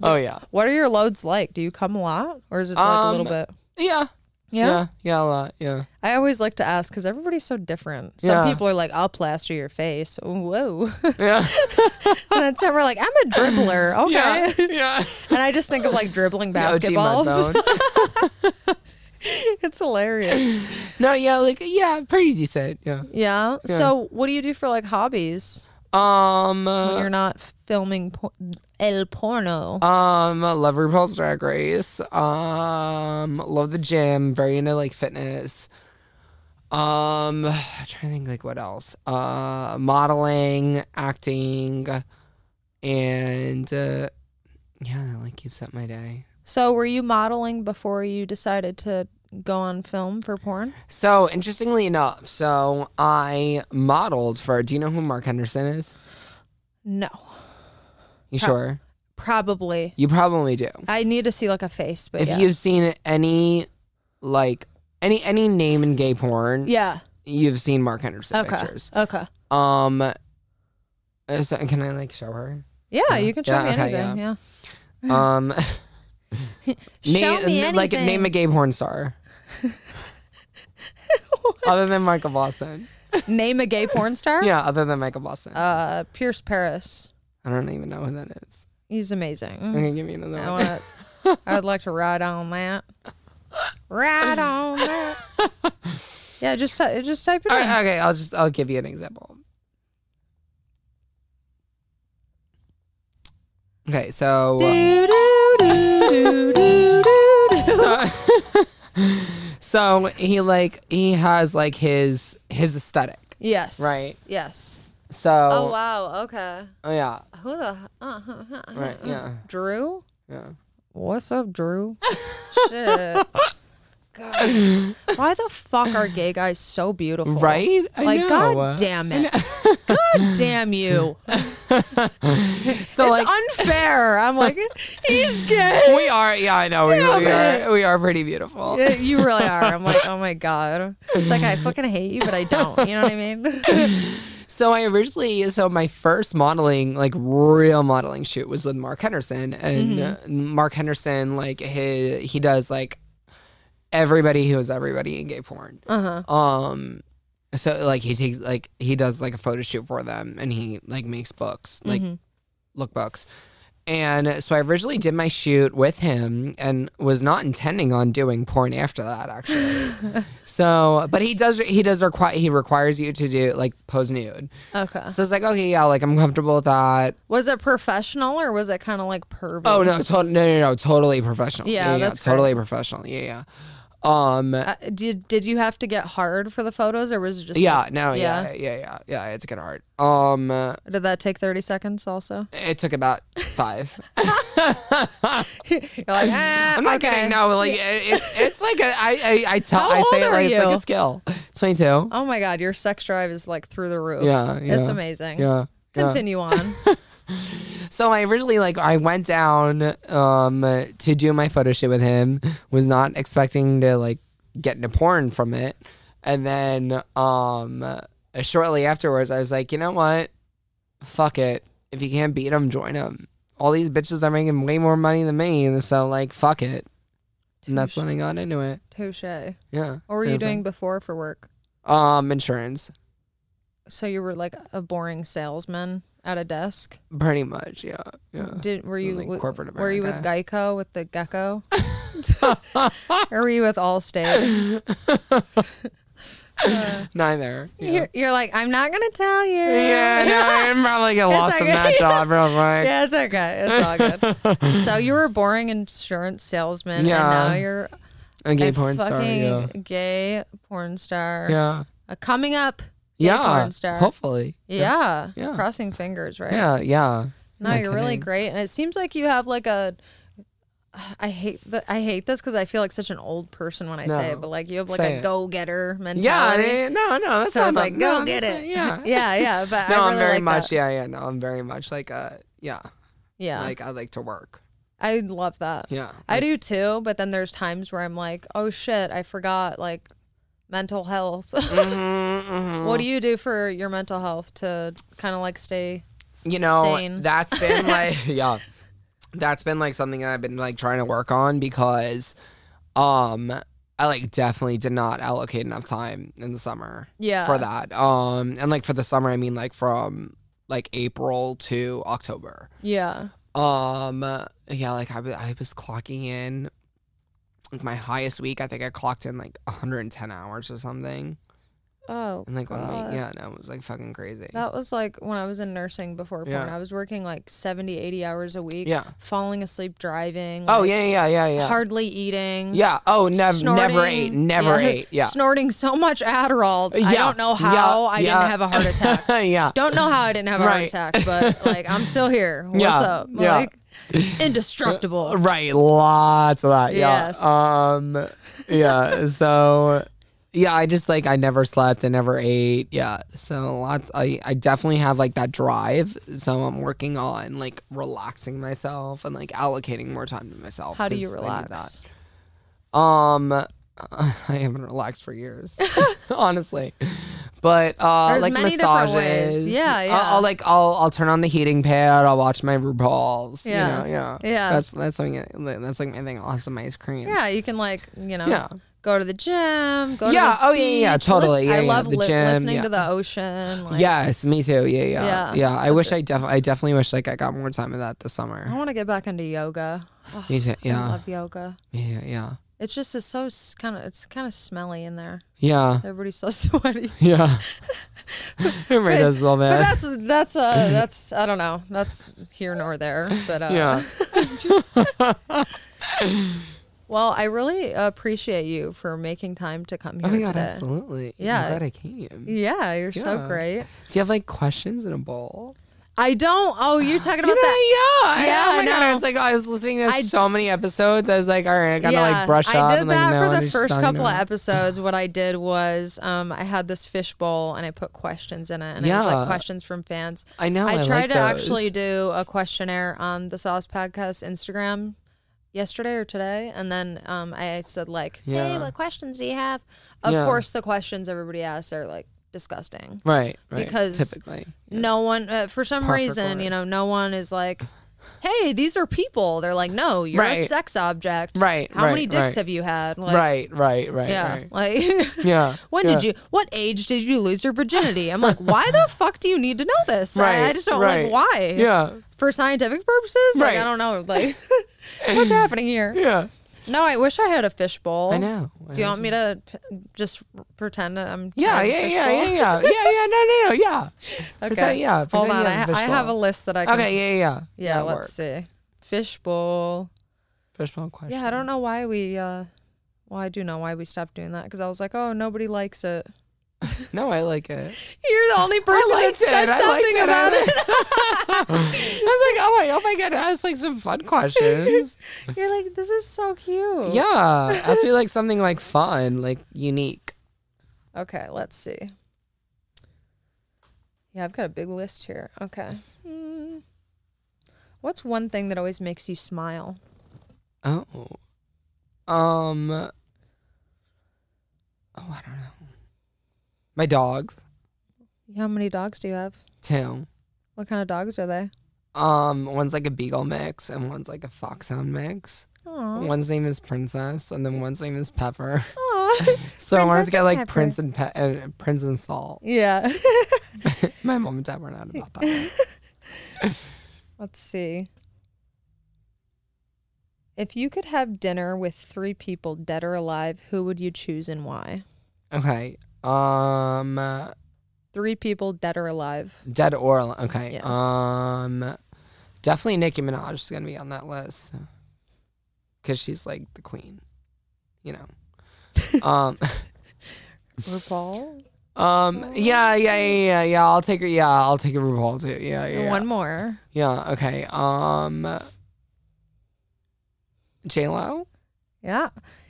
S1: oh yeah.
S2: What are your loads like? Do you come a lot, or is it like a little
S1: Um,
S2: bit?
S1: Yeah.
S2: Yeah.
S1: yeah, yeah, a lot. Yeah.
S2: I always like to ask because everybody's so different. Some
S1: Yeah.
S2: people are like, I'll plaster your face. Whoa. and
S1: Yeah.
S2: then some are like, I'm a dribbler. Okay.
S1: Yeah. Yeah.
S2: And I just think of like dribbling
S1: The OG mud
S2: basketballs.
S1: bone.
S2: it's hilarious.
S1: no, yeah, like yeah, pretty decent. Yeah.
S2: Yeah. So, what do you do for like hobbies
S1: Um
S2: when you're not filming por- El Porno?
S1: um love RuPaul's Drag Race. Um love the gym, very into like fitness. Um trying to think like what else? Uh modeling, acting and uh yeah, that like keeps up my day.
S2: So, were you modeling before you decided to go on film for porn?
S1: So, interestingly enough, so I modeled for. Do you know who Mark Henderson is?
S2: No.
S1: You
S2: Pro-
S1: sure?
S2: Probably.
S1: You probably do.
S2: I need to see like a face, but
S1: if
S2: yeah.
S1: you've seen any like any any name in gay porn
S2: yeah.
S1: you've seen mark henderson
S2: Okay.
S1: pictures
S2: Okay.
S1: um uh, so- can i like show her
S2: Yeah,
S1: Yeah.
S2: you can show
S1: Yeah,
S2: me
S1: okay,
S2: anything. Yeah.
S1: um
S2: Show me
S1: n- like
S2: anything.
S1: name a gay porn star other than michael boston
S2: Name a gay porn star?
S1: yeah other than michael boston
S2: Uh, Pierce Paris.
S1: i don't even know who that is
S2: He's amazing.
S1: okay give me another
S2: Mm. I
S1: one
S2: want. to I would like to ride on that. Ride on that. Yeah, just ty- just type it
S1: All
S2: in.
S1: right, okay i'll just i'll give you an example okay so um,
S2: Do, do, do, do, do, do, do.
S1: um, so, so he like he has like his his aesthetic
S2: Yes.
S1: Right.
S2: Yes.
S1: so
S2: Oh wow. Okay.
S1: oh, yeah
S2: Who the? h- Uh, huh, huh, huh,
S1: right
S2: huh.
S1: yeah
S2: Drew.
S1: yeah
S2: What's up, Drew? Shit. God. Why the fuck are gay guys so beautiful?
S1: right I
S2: Like,
S1: know.
S2: god damn it. God damn you.
S1: so
S2: it's
S1: like
S2: unfair. I'm like, he's gay.
S1: we are yeah i know we,
S2: Damn
S1: we
S2: it.
S1: are we are pretty beautiful
S2: Yeah, You really are. I'm like, oh my God. It's like, I fucking hate you, but I don't. You know what I mean?
S1: so i originally so my first modeling like real modeling shoot was with mark henderson and uh,
S2: Mm-hmm.
S1: mark henderson like he he does like everybody who is everybody in gay porn
S2: Uh huh.
S1: Um, so like he takes like he does like a photo shoot for them, and he like makes books, like
S2: Mm-hmm.
S1: lookbooks, And so I originally did my shoot with him, and was not intending on doing porn after that actually. so, but he does he does require he requires you to do like pose nude.
S2: Okay.
S1: So it's like okay, yeah, like I'm comfortable with that.
S2: Was it professional or was it kind of like pervy?
S1: Oh no, to- no, no, no, totally professional.
S2: Yeah, that's great.
S1: totally professional. Yeah, yeah. Um,
S2: Uh, did, did you have to get hard for the photos or was it just.
S1: yeah,
S2: like-
S1: no, yeah, yeah, yeah, yeah. it's gonna hurt. Um.
S2: did that take 30 seconds also?
S1: It took about five.
S2: Uh, You're like, ah,
S1: I'm not
S2: okay.
S1: kidding. No, like it, it's it's like a I I, I tell
S2: How
S1: I say
S2: old
S1: it
S2: are
S1: like it's
S2: you?
S1: like a skill. Twenty two.
S2: Oh my God. Your sex drive is like through the roof.
S1: Yeah,
S2: It's
S1: yeah,
S2: amazing.
S1: Yeah. yeah.
S2: Continue on.
S1: So I originally like I went down um to do my photo shoot with him. Was not expecting to like get into porn from it, and then um shortly afterwards I was like, you know what, fuck it. If you can't beat him, join him. All these bitches are making way more money than me, so like fuck it. And that's when I got into it.
S2: Touche. What
S1: Yeah.
S2: were
S1: It
S2: you
S1: was
S2: doing before for work?
S1: like- um, insurance.
S2: So you were like a boring salesman at a desk.
S1: Pretty much, yeah. Yeah.
S2: Did were you
S1: like
S2: wi-
S1: corporate
S2: were you with Geico with the gecko? or were you with Allstate?
S1: Uh, Neither. Yeah.
S2: You're, you're like I'm not gonna tell you.
S1: Yeah, no, I'm probably get lost in
S2: okay.
S1: that job real quick.
S2: Yeah, it's okay. It's all good. so you were a boring insurance salesman,
S1: Yeah.
S2: and now you're
S1: A gay
S2: a
S1: porn
S2: fucking
S1: star. Yeah.
S2: gay porn star.
S1: Yeah.
S2: A coming up. gay
S1: Yeah.
S2: porn star.
S1: Hopefully.
S2: Yeah.
S1: Yeah.
S2: Crossing fingers, right?
S1: Yeah. Yeah.
S2: No,
S1: Not
S2: you're really
S1: kidding.
S2: great, and it seems like you have like a. I hate the, I hate this because I feel like such an old person when I say it,
S1: No.
S2: but like you have like
S1: Say
S2: a
S1: it.
S2: go getter mentality.
S1: Yeah. it- no, no. That
S2: so it's
S1: sounds
S2: like
S1: no,
S2: go get
S1: that's
S2: it.
S1: not- yeah.
S2: yeah, yeah. But
S1: No,
S2: I really
S1: I'm very
S2: like
S1: much.
S2: that.
S1: Yeah. Yeah. No, I'm very much like a. Yeah.
S2: Yeah,
S1: Like I like to work.
S2: I love that.
S1: Yeah.
S2: I do too. But then there's times where I'm like, oh shit, I forgot like mental health.
S1: Mm-hmm,
S2: What do
S1: Mm.
S2: you do for your mental health to kind of like stay?
S1: you know
S2: Sane.
S1: that's been like yeah that's been like something that i've been like trying to work on because um I like definitely did not allocate enough time in the summer
S2: Yeah.
S1: for that. Um, and like for the summer, I mean like from like April to October.
S2: Yeah.
S1: Um, yeah, like I, wa- I was clocking in like my highest week. I think I clocked in like 110 hours or something.
S2: Oh.
S1: And like one
S2: God.
S1: week, yeah, no, it was like fucking crazy.
S2: That was like when I was in nursing before porn.
S1: Yeah.
S2: I was working like 70, 80 hours a week.
S1: yeah.
S2: Falling asleep driving.
S1: Oh
S2: like,
S1: yeah, yeah, yeah, yeah.
S2: Hardly eating.
S1: Yeah. Oh, never, never ate,
S2: Mm-hmm. snorting.
S1: never
S2: Yeah.
S1: ate. Yeah.
S2: Snorting so much Adderall. I
S1: Yeah.
S2: don't know
S1: Yeah.
S2: how I
S1: Yeah.
S2: didn't have a heart attack.
S1: yeah.
S2: Don't know how I didn't have a
S1: Right.
S2: heart attack, but like I'm still here. What's
S1: Yeah.
S2: up?
S1: Yeah. Uh,
S2: Like indestructible.
S1: Right. Lots of that. Yeah.
S2: Yes.
S1: Um. Yeah. so. Yeah, I just like I never slept, I never ate. Yeah, so lots. I I definitely have like that drive. So I'm working on like relaxing myself and like allocating more time to myself.
S2: How do you
S1: 'cause I need
S2: relax?
S1: that. Um, I haven't relaxed for years, honestly. But uh,
S2: There's
S1: like
S2: many different
S1: massages.
S2: ways. Yeah,
S1: I'll-
S2: yeah.
S1: I'll, like I'll I'll turn on the heating pad. I'll watch my RuPaul's.
S2: Yeah.
S1: You know, yeah.
S2: Yeah.
S1: That's that's something that's like my thing. I'll have some ice cream.
S2: Yeah, you can like you know
S1: Yeah.
S2: go to the gym. Go
S1: Yeah,
S2: To the
S1: oh, yeah, yeah,
S2: beach,
S1: totally,
S2: lis-
S1: yeah,
S2: I
S1: yeah,
S2: love
S1: the
S2: li-
S1: gym,
S2: listening
S1: yeah.
S2: to the ocean. Like,
S1: Yes, me too. Yeah, yeah,
S2: Yeah.
S1: yeah. I wish I def I definitely wish like I got more time of that this
S2: I
S1: summer.
S2: want to get back into yoga. Oh,
S1: Me too.
S2: I
S1: Yeah,
S2: love yoga.
S1: yeah, yeah,
S2: It's just it's so kind of it's kind of smelly in there.
S1: yeah,
S2: Everybody's so sweaty.
S1: yeah. Remember those well,
S2: But
S1: man.
S2: that's that's uh that's I don't know that's here nor there. But uh,
S1: Yeah. Oh
S2: Well, I really appreciate you for making time to come
S1: Oh
S2: here
S1: my god,
S2: today.
S1: absolutely.
S2: Yeah.
S1: I'm glad I came. Do
S2: Yeah, you're so
S1: Yeah.
S2: great.
S1: you have like questions in a bowl?
S2: I don't. Oh, you're talking about
S1: You know,
S2: that.
S1: Yeah,
S2: Yeah,
S1: yeah. oh
S2: I
S1: my god, I
S2: know.
S1: was like, I was listening to
S2: I d-
S1: so many episodes. I was like, all right, I gotta like brush
S2: I
S1: up.
S2: did
S1: and, like,
S2: that
S1: know
S2: for
S1: what
S2: the
S1: she's
S2: first
S1: talking
S2: couple of
S1: about.
S2: episodes. What I did was um, I had this fish bowl and I put questions in it, and it was
S1: Yeah.
S2: like questions from fans.
S1: I know.
S2: I
S1: Oh, I
S2: tried
S1: like
S2: to actually
S1: those.
S2: do a questionnaire on the Sauce Podcast Instagram yesterday or today, and then um, I said like, "Hey,
S1: Yeah.
S2: what questions do you have?" Of
S1: Yeah.
S2: course, the questions everybody asks are like disgusting.
S1: Right, right.
S2: because-
S1: typically.
S2: No one, uh, for some
S1: Perfect
S2: reason, you
S1: words.
S2: know, no one is like, hey, these are people. They're like, no, you're a
S1: Right.
S2: sex object.
S1: Right,
S2: How many
S1: right,
S2: dicks
S1: right.
S2: have you had? Like,
S1: right, right, right,
S2: Yeah.
S1: right.
S2: Like,
S1: Yeah.
S2: when
S1: yeah.
S2: did you, what age did you lose your virginity? I'm like, why the fuck do you need to know this? I- I,
S1: Right,
S2: just don't
S1: right.
S2: like why.
S1: Yeah.
S2: For scientific purposes? Like, I
S1: Right.
S2: don't know. Like, what's happening here?
S1: Yeah.
S2: No, I wish I had a fishbowl.
S1: I know.
S2: Do you want me to p- just pretend that I'm.
S1: Yeah,
S2: having a
S1: yeah, yeah,
S2: fishbowl?
S1: yeah, yeah, yeah, yeah. No, no, no. Yeah.
S2: Okay.
S1: Pretend- yeah.
S2: Hold
S1: pretend
S2: on.
S1: you
S2: I,
S1: have
S2: ha-
S1: a
S2: I have a
S1: fishbowl.
S2: list that I can.
S1: Okay. Yeah, yeah.
S2: Yeah,
S1: That'll
S2: let's
S1: work.
S2: see. Fishbowl.
S1: Fishbowl question.
S2: Yeah, I don't know why we. uh Well, I do know why we stopped doing that because I was like, oh, nobody likes it.
S1: No, I like it.
S2: You're the only person
S1: I
S2: that
S1: liked it.
S2: said
S1: I liked
S2: something
S1: it.
S2: about
S1: I was
S2: it.
S1: like, oh my, oh my god, ask like some fun questions.
S2: You're like, this is so cute.
S1: yeah, ask me like something like fun, like unique.
S2: Okay, let's see. Yeah, I've got a big list here. Okay. Mm. What's one thing that always makes you smile?
S1: Oh, um, oh, I don't know. My dogs
S2: How many dogs do you have?
S1: too.
S2: What kind of dogs are they?
S1: Um, one's like a beagle mix and one's like a foxhound mix.
S2: Aw.
S1: One's name is Princess and then one's name is Pepper.
S2: Aw.
S1: So
S2: Princess
S1: one's got like
S2: Pepper.
S1: Prince and Pe- uh, Prince and Salt.
S2: yeah.
S1: My mom and dad were not about that.
S2: Let's see. If you could have dinner with three people, dead or alive, who would you choose and why?
S1: okay. Um, uh,
S2: Three people, dead or alive.
S1: dead or al- okay.
S2: Yes.
S1: Um, definitely Nicki Minaj is gonna be on that list because she's like the queen, you know. um,
S2: RuPaul. Oh.
S1: um, yeah, yeah, yeah, yeah, yeah. I'll take her. Yeah, I'll take a RuPaul too. Yeah, yeah. yeah.
S2: One more.
S1: Yeah. Okay. Um. J Lo.
S2: Yeah.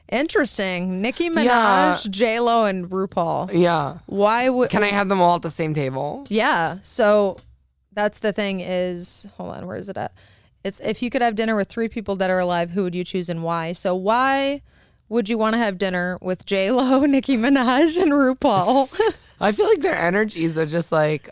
S2: Interesting. Nicki Minaj,
S1: Yeah.
S2: J Lo, and RuPaul.
S1: Yeah.
S2: Why would?
S1: Can I have them all at the same table?
S2: yeah. So that's the thing. Is hold on. Where is it at? It's if you could have dinner with three people that are alive, who would you choose and why? So why would you want to have dinner with J Lo, Nicki Minaj, and RuPaul?
S1: I feel like their energies are just like.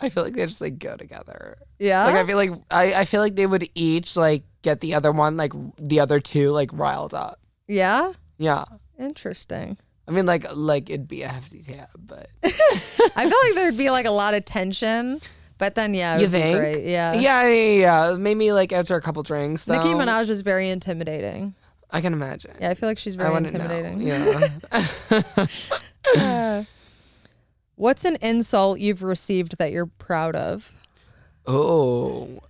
S1: I feel like they just like go together.
S2: Yeah.
S1: Like I feel like I, I feel like they would each like get the other one like the other two like riled up.
S2: yeah.
S1: Yeah.
S2: Interesting.
S1: I mean, like, like it'd be a hefty tab, but
S2: I feel like there'd be like a lot of tension, but then yeah, it
S1: you
S2: would be
S1: think?
S2: great. Yeah.
S1: yeah, yeah, yeah. Maybe like after a couple drinks. Though,
S2: Nicki Minaj is very intimidating.
S1: I can imagine.
S2: Yeah, I feel like she's
S1: I
S2: very
S1: want to know.
S2: intimidating.
S1: Yeah.
S2: Yeah. What's an insult you've received that you're proud of?
S1: oh,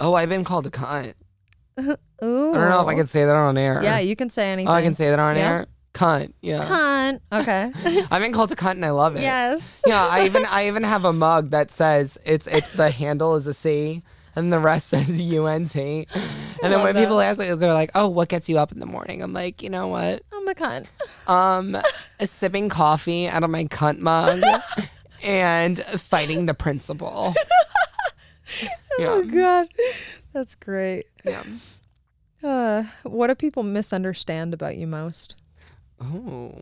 S1: oh, I've been called a cunt.
S2: Ooh.
S1: I don't know if I can say that on air.
S2: Oh. Yeah, you can say anything.
S1: Oh, I can say that on
S2: Yeah.
S1: air. Cunt. Yeah.
S2: Cunt. Okay.
S1: I've been called a cunt and I love it.
S2: yes.
S1: Yeah, I even I even have a mug that says it's it's the handle is a C and the rest says UNT. And then
S2: love
S1: when
S2: that.
S1: people ask me, they're like, "Oh, what gets you up in the morning?" I'm like, "You know what?
S2: I'm a cunt.
S1: Um, sipping coffee out of my cunt mug and fighting the principal." Yeah,
S2: Oh God, that's great.
S1: yeah.
S2: Uh, what do people misunderstand about you most?
S1: Oh,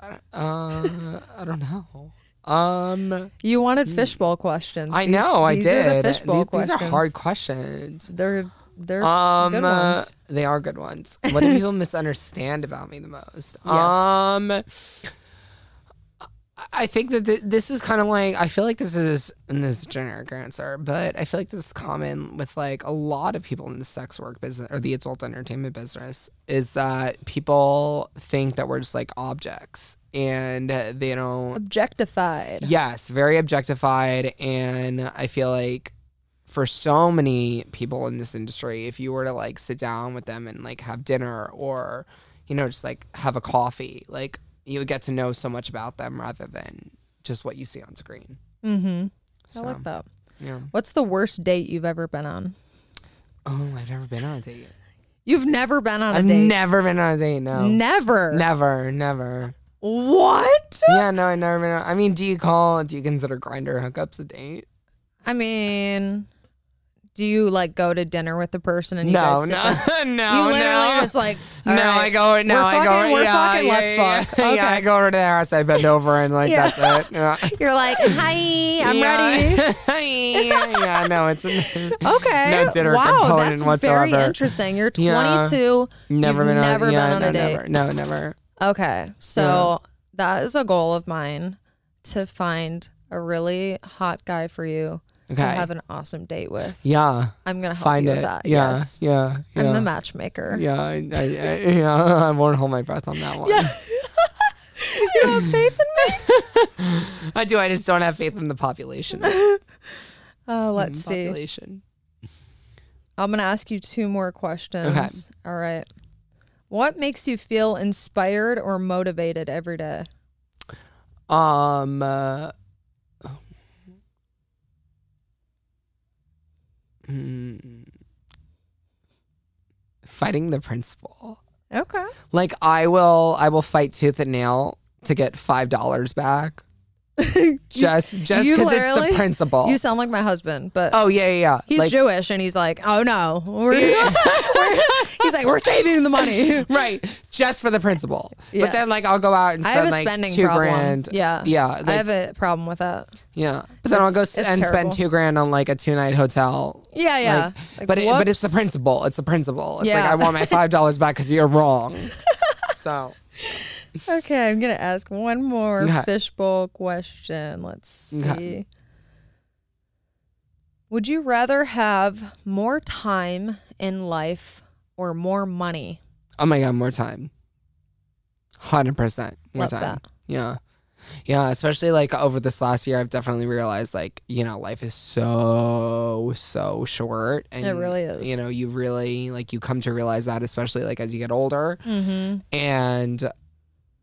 S1: I don't- uh, I don't know. Um,
S2: You wanted fishbowl questions.
S1: I
S2: These-
S1: know I
S2: these
S1: did.
S2: Are the fishbowl
S1: these, these
S2: questions.
S1: are hard questions.
S2: They're they're
S1: Um,
S2: good
S1: uh,
S2: ones.
S1: they are good ones. What do people misunderstand about me the most?
S2: Yes.
S1: Um, I- I think that th- this is kind of like I feel like this is and this is a generic answer, but I feel like this is common with like a lot of people in the sex work business or the adult entertainment business is that people think that we're just like objects and they don't
S2: objectified.
S1: Yes, very objectified. And I feel like for so many people in this industry, if you were to like sit down with them and like have dinner or, you know, just like have a coffee, like you would get to know so much about them rather than just what you see on screen.
S2: Mm-hmm.
S1: So,
S2: I like that.
S1: yeah.
S2: What's the worst date you've ever been on?
S1: Oh, I've never been on a date.
S2: You've never been on a
S1: I've
S2: date.
S1: never been on a date. No.
S2: Never.
S1: Never, never.
S2: What?
S1: Yeah, no, I've never been on. I mean, do you call, do you consider grinder hookups a date?
S2: I mean, do you like go to dinner with the person and you
S1: No,
S2: guys sit
S1: no,
S2: down?
S1: Oh, no.
S2: you literally
S1: no.
S2: just like
S1: No, I go. No,
S2: We're
S1: I go.
S2: fucking- we're
S1: yeah,
S2: fucking,
S1: yeah,
S2: let's
S1: yeah,
S2: fuck.
S1: Yeah,
S2: Okay.
S1: I go over to their house. I bend over and like
S2: Yeah.
S1: that's it. Yeah.
S2: You're like, hi, I'm ready. Oh,
S1: ready. yeah, yeah, no, it's
S2: Okay.
S1: No dinner
S2: wow,
S1: component
S2: that's very
S1: whatsoever.
S2: interesting. You're
S1: Yeah.
S2: 22.
S1: never
S2: You've
S1: been
S2: never
S1: on,
S2: been
S1: yeah,
S2: on
S1: no,
S2: a date.
S1: Never, no, never.
S2: Okay, so that is a goal of mine to find a really hot guy for you
S1: Okay.
S2: to have an awesome date with.
S1: yeah,
S2: I'm gonna help
S1: find
S2: you
S1: it.
S2: with that.
S1: Yeah,
S2: Yes,
S1: yeah, yeah.
S2: I'm the matchmaker.
S1: yeah, I, I, I, yeah, I won't hold my breath on that one.
S2: You don't have faith in me.
S1: I do. I just don't have faith in the population.
S2: Oh,
S1: Mm,
S2: let's see.
S1: population.
S2: I'm gonna ask you two more questions. All right. What makes you feel inspired or motivated every day?
S1: Um. Uh, mm, fighting the principal.
S2: Okay.
S1: Like I will, I will fight tooth and nail to get five dollars back. Just, just
S2: you
S1: because it's the
S2: literally-
S1: principal.
S2: You sound like my husband, but
S1: oh yeah, yeah, yeah.
S2: he's
S1: like,
S2: Jewish and he's like, oh no, we're, we're- he's like, we're saving the money.
S1: right, just for the principal. But
S2: Yes.
S1: then, like, I'll go out and
S2: I
S1: spend
S2: have a
S1: like
S2: spending
S1: two
S2: problem.
S1: grand.
S2: Yeah.
S1: yeah.
S2: I
S1: like,
S2: have a problem with that.
S1: Yeah, but then I'll go
S2: It's-
S1: s-
S2: it's
S1: and
S2: terrible.
S1: spend two grand on like a two night hotel.
S2: Yeah, yeah.
S1: Like,
S2: Like,
S1: but it, but it's the
S2: whoops.
S1: principle. It's the principle. It's like
S2: Yeah.
S1: I want my five dollars back because you're wrong. so
S2: Okay, I'm gonna ask one more
S1: Okay.
S2: fishbowl question. Let's see.
S1: Okay.
S2: Would you rather have more time in life or more money?
S1: oh my god, more time. Hundred percent more
S2: Love
S1: time.
S2: that.
S1: Yeah, yeah. Especially like over this last year, I've definitely realized like you know life is so so short, and
S2: It really is.
S1: You know, you really like you come to realize that, especially like as you get older,
S2: Mm-hmm.
S1: and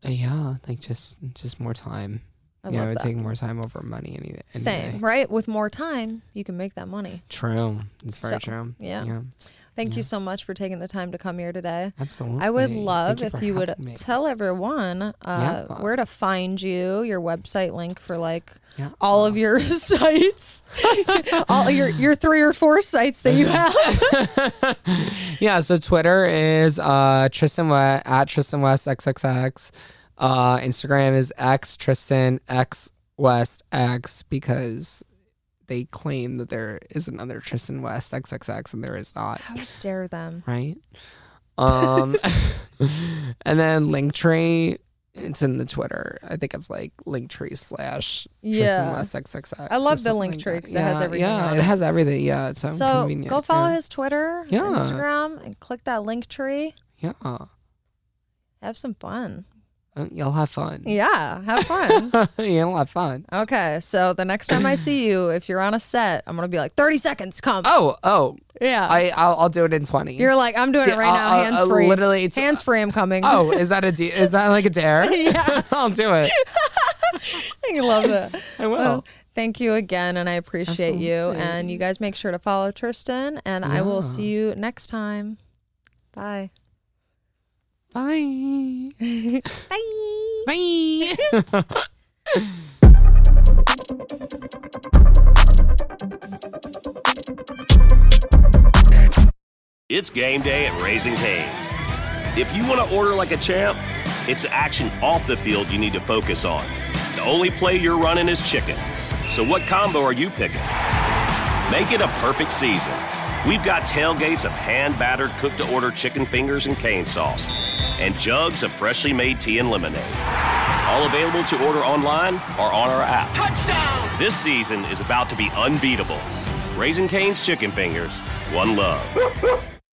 S1: uh, yeah, like just just more time.
S2: I
S1: yeah, I
S2: love
S1: would
S2: that.
S1: take more time over money any, any
S2: Same,
S1: day.
S2: right? With more time, you can make that money.
S1: True. It's very
S2: So,
S1: true.
S2: yeah.
S1: Yeah.
S2: Thank you so much for taking the time to come here today.
S1: Absolutely.
S2: I would
S1: Thank
S2: love if
S1: for
S2: you would
S1: having me.
S2: tell everyone uh,
S1: Yeah.
S2: where to find you, your website link for like
S1: Yeah.
S2: all of your sites, all your your three or four sites that you have.
S1: yeah. So Twitter is uh, Tristan West at Tristan West XXX. Uh, Instagram is X Tristan X West X because they claim that there is another Tristan West XXX and there is not.
S2: How dare them?
S1: Right. Um, and then Linktree, it's in the Twitter. I think it's like Linktree slash
S2: Yeah.
S1: Tristan West XXX.
S2: I love
S1: or
S2: the
S1: something like
S2: Linktree
S1: that.
S2: 'cause it has
S1: Yeah,
S2: everything
S1: Yeah,
S2: on
S1: it
S2: it.
S1: has everything. Yeah, it's so,
S2: so
S1: convenient.
S2: go follow
S1: yeah.
S2: his Twitter,
S1: Yeah.
S2: Instagram, and click that link tree.
S1: Yeah,
S2: Have some fun.
S1: Uh, you'll have fun.
S2: Yeah, have fun.
S1: you'll have fun.
S2: okay, so the next time I see you, if you're on a set, I'm gonna be like, 30 seconds, come.
S1: Oh, oh,
S2: yeah.
S1: I I'll, I'll do it in twenty.
S2: you're like, I'm doing it
S1: Yeah,
S2: right now,
S1: I'll- I'll-
S2: hands free.
S1: literally, it's-
S2: hands free, I'm coming.
S1: Oh, is that a de- is that like a dare?
S2: Yeah.
S1: I'll do it.
S2: I love that.
S1: I will.
S2: Well, thank you again, and I appreciate you.
S1: Absolutely.
S2: And you guys make sure to follow Tristan, and I will see you next time. Bye.
S1: Bye.
S2: Bye.
S1: Bye.
S3: It's game day at Raising Cane's. If you want to order like a champ, it's the action off the field you need to focus on. The only play you're running is chicken. So what combo are you picking? Make it a perfect season. We've got tailgates of hand battered, cooked to order chicken fingers and cane sauce, and jugs of freshly made tea and lemonade. All available to order online or on our app. Touchdown! This season is about to be unbeatable. Raising Cane's Chicken Fingers, one love.